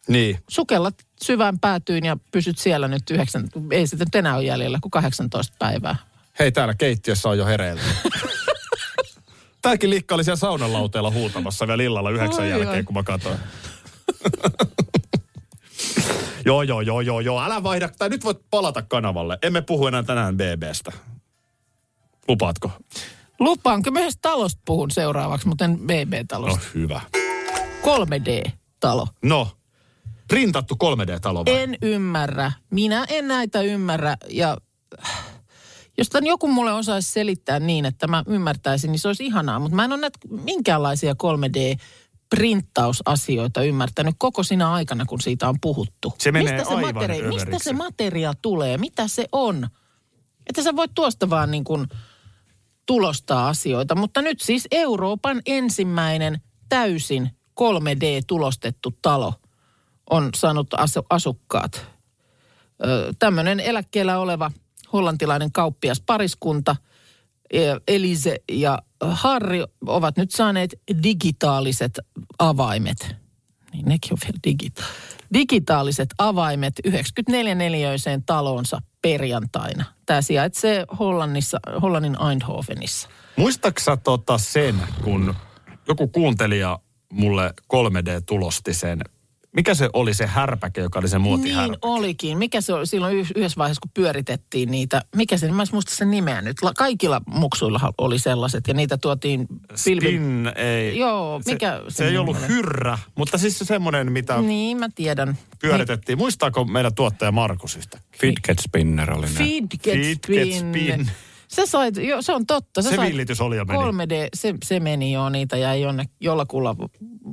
Speaker 2: Niin.
Speaker 3: Sukellat syvään päätyyn ja pysyt siellä nyt yhdeksän, ei sitä nyt enää ole jäljellä kuin 18 päivää.
Speaker 2: Hei, täällä keittiössä on jo hereillä. Tääkin likka oli siellä saunan lauteella huutamassa vielä illalla yhdeksän
Speaker 3: Oi,
Speaker 2: jälkeen,
Speaker 3: oi.
Speaker 2: kun mä katsoin. <laughs> joo, joo, joo, joo, joo. Älä vaihda, tai nyt voit palata kanavalle. Emme puhu enää tänään BBstä. Lupaatko?
Speaker 3: Lupaanko myös talosta puhun seuraavaksi, muuten
Speaker 2: No
Speaker 3: BB-talosta.
Speaker 2: hyvä.
Speaker 3: 3D-talo.
Speaker 2: No, printattu 3D-talo vai?
Speaker 3: En ymmärrä. Minä en näitä ymmärrä. Ja jos tämän joku mulle osaisi selittää niin, että mä ymmärtäisin, niin se olisi ihanaa. Mutta mä en ole näitä minkäänlaisia 3D-printtausasioita ymmärtänyt koko sinä aikana, kun siitä on puhuttu.
Speaker 2: Se menee
Speaker 3: mistä,
Speaker 2: aivan
Speaker 3: materia- mistä
Speaker 2: överiksi.
Speaker 3: se materia tulee? Mitä se on? Että sä voit tuosta vaan niin kuin tulostaa asioita. Mutta nyt siis Euroopan ensimmäinen täysin 3D-tulostettu talo on saanut asu- asukkaat. Ö, Tämmöinen eläkkeellä oleva hollantilainen kauppias pariskunta ö, Elise ja Harri ovat nyt saaneet digitaaliset avaimet. Niin nekin on vielä digita- digitaaliset avaimet 94 neliöiseen taloonsa perjantaina. Tämä sijaitsee Hollannissa, Hollannin Eindhovenissa.
Speaker 2: Muistaaksä tota sen, kun joku kuuntelija mulle 3D tulosti sen
Speaker 10: mikä se oli se härpäke, joka oli se
Speaker 3: Niin
Speaker 10: muotihärpäke?
Speaker 3: olikin. Mikä se oli silloin yh- yhdessä vaiheessa, kun pyöritettiin niitä, mikä se, mä en muista sen nimeä nyt. La- Kaikilla muksuilla oli sellaiset ja niitä tuotiin pilvin.
Speaker 10: Spin, ei.
Speaker 3: Joo, mikä
Speaker 10: se,
Speaker 3: se
Speaker 10: se, ei ollut
Speaker 3: nimi oli?
Speaker 10: hyrrä, mutta siis se semmoinen, mitä niin.
Speaker 3: Niin, mä tiedän.
Speaker 10: pyöritettiin. Muistaako meidän tuottaja Markus yhtäkkiä?
Speaker 4: Fidget spinner oli näin.
Speaker 3: Fidget,
Speaker 10: Fidget
Speaker 3: spin.
Speaker 10: spin.
Speaker 3: Sä sait, jo, se on totta. Sä
Speaker 10: Se
Speaker 3: sait
Speaker 10: villitys oli ja meni.
Speaker 3: 3D, se, se meni jo, niitä jäi jonne, jollakulla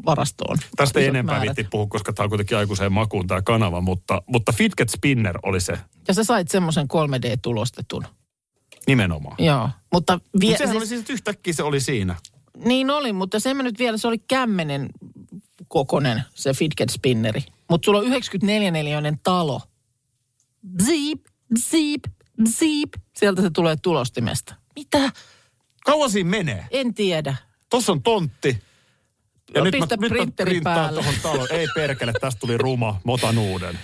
Speaker 3: varastoon.
Speaker 10: Tästä ei
Speaker 3: Isot
Speaker 10: enempää
Speaker 3: määrät.
Speaker 10: viitti puhua, koska tämä on kuitenkin aikuiseen makuun tämä kanava, mutta, mutta Fidget Spinner oli se
Speaker 3: Ja sä sait semmoisen 3D-tulostetun.
Speaker 10: nimenomaan.
Speaker 3: Joo, mutta... Vie,
Speaker 10: Mutta sehän oli siis, että yhtäkkiä se oli siinä.
Speaker 3: Niin oli, mutta se mä nyt vielä, se oli kämmenen kokonen, se fidget spinneri. Mutta sulla on 94 neliöinen talo. Bziip, bziip, bziip. Sieltä se tulee tulostimesta. Mitä?
Speaker 10: Kauan siinä menee.
Speaker 3: En tiedä.
Speaker 10: Tossa on tontti. Ja
Speaker 3: No,
Speaker 10: nyt mä,
Speaker 3: pistä
Speaker 10: nyt mä
Speaker 3: printeri
Speaker 10: printtaan
Speaker 3: päälle.
Speaker 10: tuohon taloon. Ei perkele, tästä tuli ruma, mä otan uuden.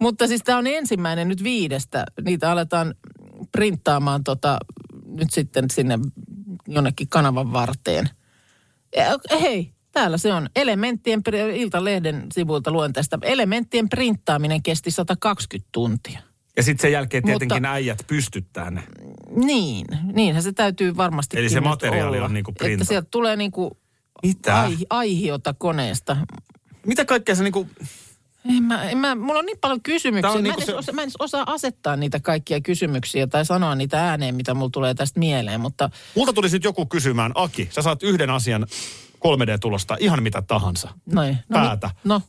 Speaker 3: Mutta siis tämä on ensimmäinen nyt viidestä. Niitä aletaan printtaamaan tota, nyt sitten sinne jonnekin kanavan varteen. Ja, hei, täällä se on. Elementtien, pr- Iltalehden sivuilta luen tästä. Elementtien printtaaminen kesti 120 tuntia.
Speaker 10: Ja sitten sen jälkeen
Speaker 3: Mutta-
Speaker 10: tietenkin äijät pystyttää ne.
Speaker 3: Niin, niinhän se täytyy varmasti
Speaker 10: Eli se materiaali on niinku
Speaker 3: Että
Speaker 10: printa-
Speaker 3: sieltä tulee niinku
Speaker 10: Mitä?
Speaker 3: ai, aihiota koneesta.
Speaker 10: Mitä kaikkea se niinku...
Speaker 3: En mä, en mä, mulla on niin paljon kysymyksiä.
Speaker 10: Tää on
Speaker 3: Mä,
Speaker 10: niinku
Speaker 3: en
Speaker 10: se-
Speaker 3: se... osa, mä en edes osaa asettaa niitä kaikkia kysymyksiä tai sanoa niitä ääneen, mitä mulla tulee tästä mieleen, mutta
Speaker 10: Multa tulisi nyt joku kysymään, Aki, sä saat yhden asian 3D-tulosta, ihan mitä tahansa.
Speaker 3: noin. No, mi-
Speaker 10: Päätä.
Speaker 3: No,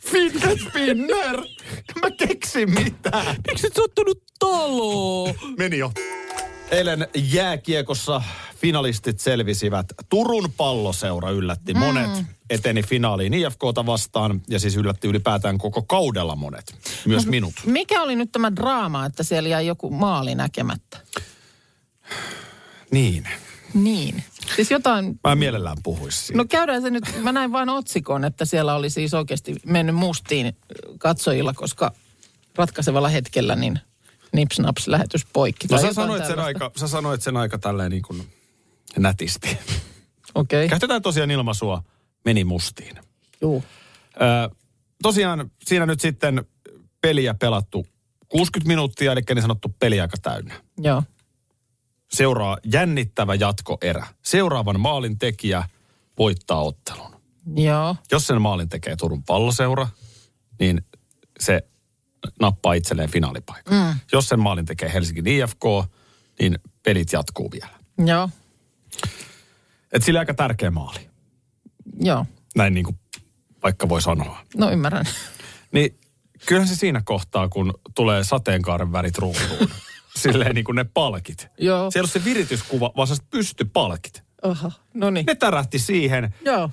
Speaker 10: Fidget Spinner! Mä keksin mitään.
Speaker 3: miksi et sattunut taloon?
Speaker 10: Meni jo.
Speaker 2: Eilen jääkiekossa finalistit selvisivät. Turun palloseura
Speaker 3: Mm.
Speaker 2: yllätti monet, eteni finaaliin IFKta vastaan ja siis yllätti ylipäätään koko kaudella monet,
Speaker 3: No.
Speaker 2: myös minut.
Speaker 3: Mikä oli nyt tämä draama, että siellä jäi joku maali näkemättä?
Speaker 2: Niin.
Speaker 3: Niin. Siis jotain
Speaker 2: Mä en mielellään puhuisi siitä.
Speaker 3: No käydään se nyt, mä näin vain otsikon, että siellä oli siis oikeasti mennyt mustiin katsojilla, koska ratkaisevalla hetkellä niin nipsnaps lähetys poikki.
Speaker 2: No
Speaker 3: tai
Speaker 2: sä
Speaker 3: jotain
Speaker 2: sanoit, sen
Speaker 3: tällaista.
Speaker 2: aika, sä sanoit sen aika tälleen niin kuin nätisti.
Speaker 3: Okei, okay.
Speaker 2: Käytetään tosiaan ilmaisua, meni mustiin.
Speaker 3: juu.
Speaker 2: Ö, tosiaan siinä nyt sitten peliä pelattu 60 minuuttia, eli niin sanottu peliaika täynnä.
Speaker 3: Joo.
Speaker 2: Seuraa jännittävä jatkoerä. Seuraavan maalin tekijä voittaa ottelun.
Speaker 3: Joo.
Speaker 2: Jos sen maalin tekee Turun palloseura, niin se nappaa itselleen finaalipaikan. Mm. Jos sen maalin tekee Helsingin IFK, niin pelit jatkuu vielä.
Speaker 3: Joo.
Speaker 2: Et sillä aika tärkeä maali.
Speaker 3: Joo.
Speaker 2: Näin niin kuin vaikka voi sanoa.
Speaker 3: No ymmärrän.
Speaker 2: Niin kyllähän se siinä kohtaa, kun tulee sateenkaaren värit
Speaker 3: <laughs>
Speaker 2: ruutuun. silleen niin kuin ne palkit.
Speaker 3: Joo.
Speaker 2: Se ei ollut se virityskuva, vaan se pystypalkit.
Speaker 3: Oha. No niin.
Speaker 2: Ne tärähti siihen.
Speaker 3: Joo.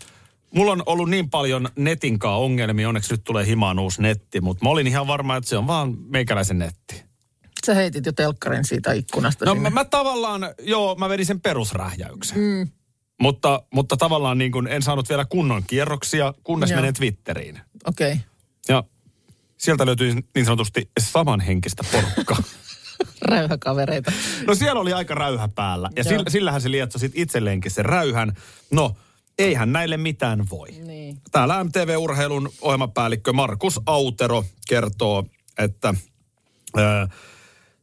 Speaker 2: Mulla on ollut niin paljon netinkaa ongelmia, onneksi nyt tulee himaan uusi netti, mutta mä olin ihan varma, että se on vaan meikäläisen netti.
Speaker 3: Sä heitit jo telkkarin siitä ikkunasta
Speaker 2: No
Speaker 3: sinne.
Speaker 2: mä, mä tavallaan, joo, mä vedin sen perusrähjäyksen. Mm. Mutta, mutta tavallaan niin kuin en saanut vielä kunnon kierroksia, kunnes
Speaker 3: Joo.
Speaker 2: menen Twitteriin.
Speaker 3: Okei. Okay.
Speaker 2: Ja sieltä löytyi niin sanotusti samanhenkistä
Speaker 3: <laughs>
Speaker 2: porukkaa.
Speaker 3: Räyhäkavereita.
Speaker 2: No siellä oli aika räyhä päällä. Ja
Speaker 3: Joo.
Speaker 2: sillä, sillähän se lietso sit itselleenkin sen räyhän. No, eihän näille mitään voi.
Speaker 3: Niin.
Speaker 2: Täällä MTV-urheilun ohjelmapäällikkö Markus Autero kertoo, että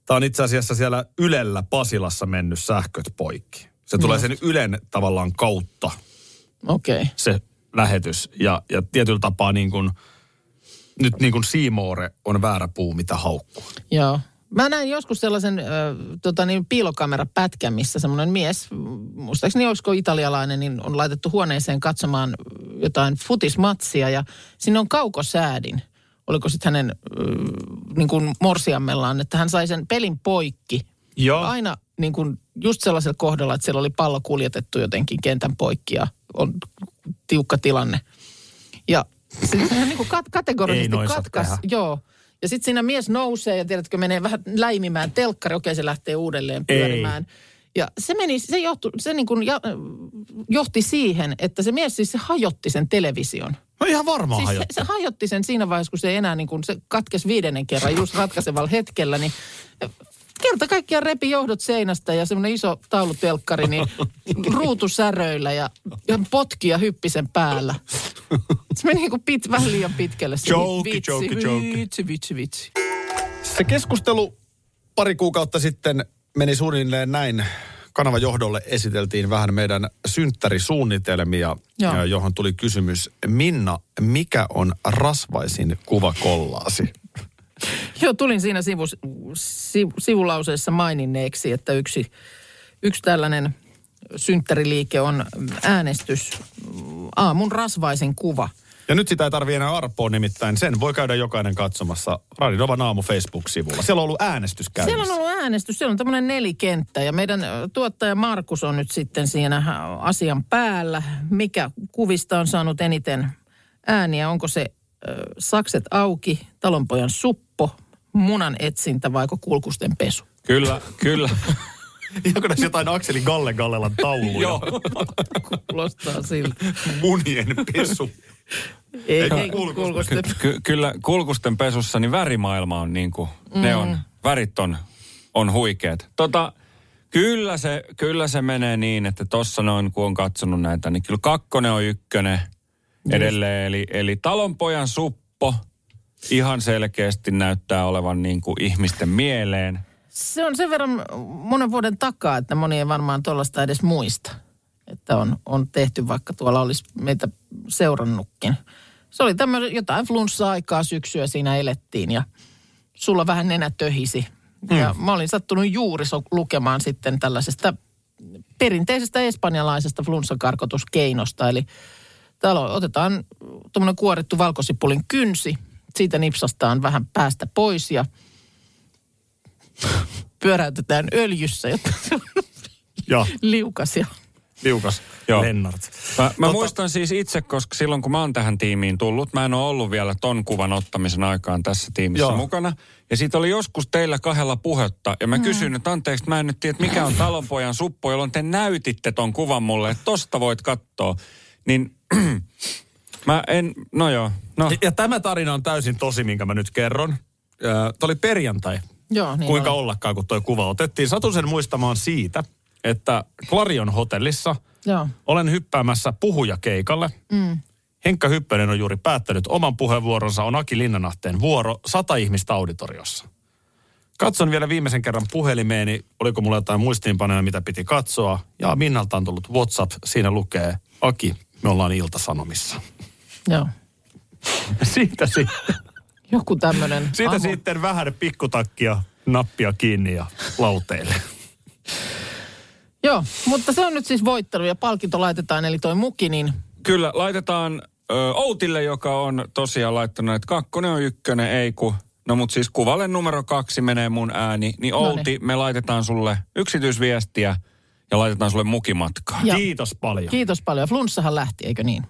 Speaker 2: tämä on itse asiassa siellä Ylellä Pasilassa mennyt sähköt poikki. Se tulee sen Ylen tavallaan kautta
Speaker 3: Okei. Okay.
Speaker 2: se lähetys. Ja, ja tietyllä tapaa niin kuin, nyt niin kuin Siimoore on väärä puu, mitä haukkuu.
Speaker 3: Joo. Mä näin joskus sellaisen ö, tota niin, piilokamerapätkän, missä semmoinen mies, mm, muistaakseni olisiko italialainen, niin on laitettu huoneeseen katsomaan mm, jotain futismatsia ja sinne on kaukosäädin. Oliko sitten hänen ö, niin kuin morsiammellaan, että hän sai sen pelin poikki.
Speaker 2: Joo.
Speaker 3: Aina niin kuin just sellaisella kohdalla, että siellä oli pallo kuljetettu jotenkin kentän poikki ja on tiukka tilanne. Ja sitten hän niin kuin kat-
Speaker 2: Ei
Speaker 3: kategorisesti
Speaker 2: noin saa
Speaker 3: katkas,
Speaker 2: tehdä.
Speaker 3: Joo. Ja sitten siinä mies nousee ja tiedätkö, menee vähän läimimään telkkari. Okei, se lähtee uudelleen
Speaker 2: Ei.
Speaker 3: pyörimään. Ja se meni, se, johtu, se niin kuin ja, johti siihen, että se mies siis se hajotti sen television.
Speaker 2: No ihan varmaan
Speaker 3: siis se, se hajotti sen siinä vaiheessa, kun se ei enää niin kuin, se katkesi viidennen kerran just ratkaisevalla hetkellä, niin kerta kaikkiaan repi johdot seinästä ja semmoinen iso taulutelkkari, niin ruutusäröillä ja, ja potki ja hyppi sen päällä. Se meni niin pit, vähän liian pitkälle. Se
Speaker 11: Joke,
Speaker 3: vitsi,
Speaker 11: joke, joke.
Speaker 3: vitsi, vitsi, vitsi.
Speaker 2: Se keskustelu pari kuukautta sitten meni suunnilleen näin. Kanavan johdolle esiteltiin vähän meidän synttärisuunnitelmia,
Speaker 3: Joo.
Speaker 2: ja johon tuli kysymys, Minna, mikä on rasvaisin kuvakollaasi?
Speaker 3: Joo, tulin siinä sivu, sivu, sivulauseessa maininneeksi, että yksi, yksi tällainen synttäriliike on äänestys mm, aamun rasvaisin kuva.
Speaker 2: Ja nyt sitä ei tarvii enää arpoa nimittäin. Sen voi käydä jokainen katsomassa Radinovan aamu Facebook-sivulla. Siellä on ollut äänestys
Speaker 3: Siellä
Speaker 2: käynnissä.
Speaker 3: on ollut äänestys, siellä on tämmöinen nelikenttä ja meidän ö, tuottaja Markus on nyt sitten siinä ö, asian päällä. Mikä kuvista on saanut eniten ääniä? Onko se ö, sakset auki, talonpojan suppo, munan etsintä vaiko kulkusten pesu?
Speaker 4: Kyllä, kyllä.
Speaker 2: Onko näissä jotain Akseli Galle Gallelan tauluja?
Speaker 4: Joo.
Speaker 3: Kuulostaa siltä.
Speaker 2: Munien pesu.
Speaker 3: Ei,
Speaker 2: Eikä
Speaker 3: ei
Speaker 2: kulkusten.
Speaker 3: kulkusten
Speaker 4: Ky- ky- kyllä kulkusten pesussa niin värimaailma on niin kuin, mm. ne on, värit on, on huikeet. Tota, kyllä se, kyllä se menee niin, että tossa noin kun on katsonut näitä, niin kyllä kakkonen on ykkönen edelleen. Eli, eli talonpojan suppo ihan selkeästi näyttää olevan niin kuin ihmisten mieleen.
Speaker 3: Se on sen verran monen vuoden takaa, että moni ei varmaan tuollaista edes muista. Että on, on tehty, vaikka tuolla olisi meitä seurannutkin. Se oli tämmöinen jotain flunssa-aikaa syksyä siinä elettiin ja sulla vähän nenä töhisi. Ja mä olin sattunut juuri so- lukemaan sitten tällaisesta perinteisestä espanjalaisesta flunssakarkotuskeinosta. Eli täällä on- otetaan tuommoinen kuorittu valkosipulin kynsi, siitä nipsastaan vähän päästä pois ja pyöräytetään öljyssä, jotta se on
Speaker 2: <laughs>
Speaker 3: <laughs>
Speaker 2: Ja
Speaker 3: liukas. Ja...
Speaker 2: liukas
Speaker 4: Joo.
Speaker 2: Lennart.
Speaker 4: Mä, mä muistan siis itse, koska silloin kun mä oon tähän tiimiin tullut, mä en ole ollut vielä ton kuvan ottamisen aikaan tässä tiimissä
Speaker 2: Joo.
Speaker 4: Joo. mukana. Ja siitä oli joskus teillä kahdella puhetta. Ja mä kysyin, että anteeksi, mä en nyt tiedä, että mikä on talonpojan suppo, jolloin te näytitte ton kuvan mulle, että tosta voit katsoa. Niin <clears throat> mä en, no joo, no.
Speaker 2: Ja, ja tämä tarina on täysin tosi, minkä mä nyt kerron. Tämä oli perjantai.
Speaker 3: Joo, niin
Speaker 2: Niin Kuinka
Speaker 3: oli.
Speaker 2: oli. ollakaan, kun tuo kuva otettiin. Satun sen muistamaan siitä, että Clarion hotellissa
Speaker 3: Joo.
Speaker 2: olen hyppäämässä puhujakeikalle. Mm. Henkka Hyppönen on juuri päättänyt oman puheenvuoronsa. On Aki Linnanahteen vuoro sata ihmistä auditoriossa. Katson vielä viimeisen kerran puhelimeeni, oliko mulla jotain muistiinpanoja, mitä piti katsoa. Ja Minnalta on tullut WhatsApp, siinä lukee, Aki, me ollaan iltasanomissa. <laughs>
Speaker 3: Joo.
Speaker 2: Siitä sitten.
Speaker 3: Joku tämmöinen.
Speaker 2: Siitä sitten vähän pikkutakkia, nappia kiinni ja lauteille.
Speaker 3: Joo, mutta se on nyt siis voittelu ja palkinto laitetaan, eli toi muki, niin
Speaker 4: Kyllä, laitetaan ö, Outille, joka on tosiaan laittanut, että kakkonen on ykkönen, ei ku. No mut siis kuvalle numero kaksi menee mun ääni. Niin Outi,
Speaker 3: Noniin.
Speaker 4: me laitetaan sulle yksityisviestiä ja laitetaan sulle mukimatkaa.
Speaker 3: Ja-
Speaker 2: Kiitos paljon.
Speaker 3: kiitos paljon. Flunssahan lähti, eikö niin?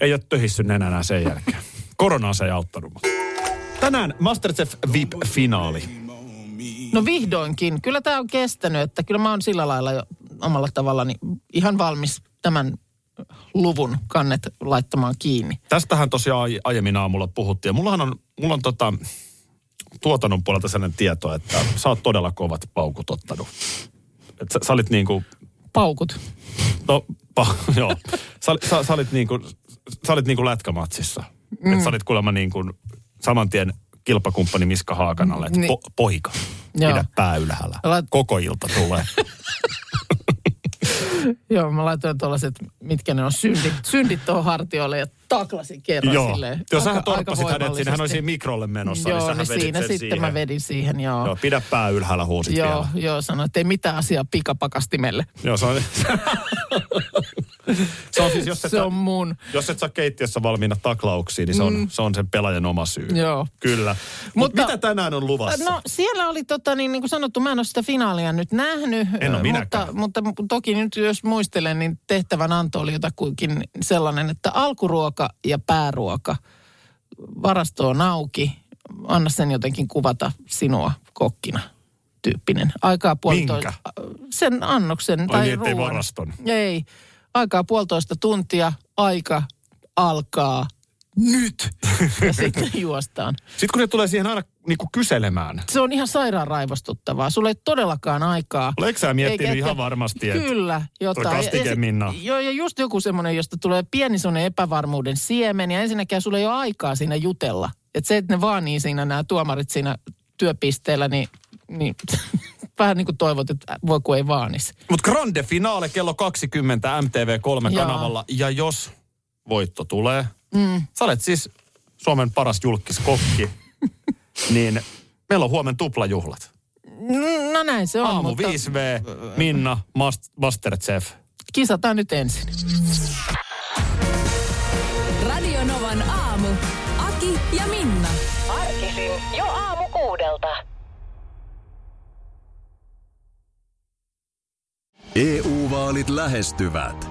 Speaker 2: Ei ole töhissy nenänä sen jälkeen. Korona se ei auttanut. mut. Tänään Masterchef VIP-finaali.
Speaker 3: No vihdoinkin. Kyllä tämä on kestänyt, että kyllä mä oon sillä lailla jo omalla tavallani ihan valmis tämän luvun kannet laittamaan kiinni.
Speaker 2: Tästähän tosiaan ai- aiemmin aamulla puhuttiin. Ja mullahan on, mulla on tota, tuotannon puolelta sellainen tieto, että sä oot todella kovat paukut ottanut. Et sä, sä olit niinku,
Speaker 3: Paukut.
Speaker 2: no, pa, <laughs> joo. Sä, ol- sä, sä olit niinku, sä olit niinku lätkämatsissa. Mm. Et sä olit kuulemma niinku saman tien kilpakumppani Miska Haakanalle, että
Speaker 3: Niin.
Speaker 2: niin. po, poika,
Speaker 3: Joo.
Speaker 2: pidä pää ylhäällä.
Speaker 3: Lait-
Speaker 2: Koko ilta
Speaker 3: <laughs>
Speaker 2: tulee.
Speaker 3: Joo, mä laitoin tuollaiset, mitkä ne on, syndit, syndit tuohon hartioille ja taklasin kerran
Speaker 2: Joo.
Speaker 3: silleen.
Speaker 2: Jos sähän
Speaker 3: aika- aika
Speaker 2: torppasit hänet sinne, hän oli
Speaker 3: voimallisesti.
Speaker 2: siinä mikrolle menossa.
Speaker 3: Joo,
Speaker 2: sähän
Speaker 3: niin
Speaker 2: vedit
Speaker 3: siinä
Speaker 2: sen
Speaker 3: sitten
Speaker 2: siihen.
Speaker 3: mä vedin siihen, joo.
Speaker 2: Joo, pidä pää ylhäällä huusit
Speaker 3: joo,
Speaker 2: vielä.
Speaker 3: joo, sanoin, että ei mitään asiaa pikapakastimelle.
Speaker 2: Joo,
Speaker 3: <laughs>
Speaker 2: se on... se on siis, jos et,
Speaker 3: Se on mun.
Speaker 2: jos et saa keittiössä valmiina taklauksia, niin se on, mm. se on sen pelaajan oma syy.
Speaker 3: Joo.
Speaker 2: Kyllä. Mutta
Speaker 3: Mutta-
Speaker 2: Mut mitä tänään on luvassa?
Speaker 3: No siellä oli tota, niin, niin kuin sanottu, mä en ole sitä finaalia nyt nähnyt.
Speaker 2: En oo
Speaker 3: mutta,
Speaker 2: minäkään.
Speaker 3: mutta toki nyt jos muistelen, niin tehtävän anto oli jotakuinkin sellainen, että alkuruoka ja pääruoka, varasto on auki, anna sen jotenkin kuvata sinua kokkina tyyppinen. Aikaa puolitoista. Äh, Sen annoksen
Speaker 2: Ai
Speaker 3: tai
Speaker 2: niin, ettei
Speaker 3: ruoan.
Speaker 2: varaston.
Speaker 3: Ei. Aikaa puolitoista tuntia. Aika alkaa nyt. Ja sitten juostaan.
Speaker 2: <laughs> Sitten kun ne tulee siihen aina niin kuin kyselemään.
Speaker 3: Se on ihan sairaan raivostuttavaa. Sulla ei todellakaan aikaa.
Speaker 12: Oletko sä miettinyt
Speaker 3: Eikä-
Speaker 12: ihan varmasti, että
Speaker 3: Kyllä, jotain.
Speaker 12: Toi kastike,
Speaker 3: Ja- ja se-
Speaker 12: Minna.
Speaker 3: Joo, ja just joku semmoinen, josta tulee pieni semmoinen epävarmuuden siemen, ja ensinnäkään sulla ei ole aikaa siinä jutella. Että se, että ne vaan niin siinä nämä tuomarit siinä työpisteellä, niin, niin <laughs> vähän niin kuin toivot, että voi kun ei vaanis.
Speaker 2: Mutta grande finaale kello 20 MTV3
Speaker 3: Jaa.
Speaker 2: kanavalla. Ja jos voitto tulee, mm. sä olet siis Suomen paras
Speaker 3: <laughs>
Speaker 2: julkiskokki, niin meillä on huomenna tuplajuhlat.
Speaker 3: Mm, No näin se on,
Speaker 2: Aamu
Speaker 3: mutta
Speaker 2: 5V, Minna, Mas- Masterchef.
Speaker 3: kisataan nyt ensin.
Speaker 9: Radio Novan aamu. Aki ja Minna.
Speaker 13: Arkisin jo aamu kuudelta.
Speaker 8: EU-vaalit E lähestyvät.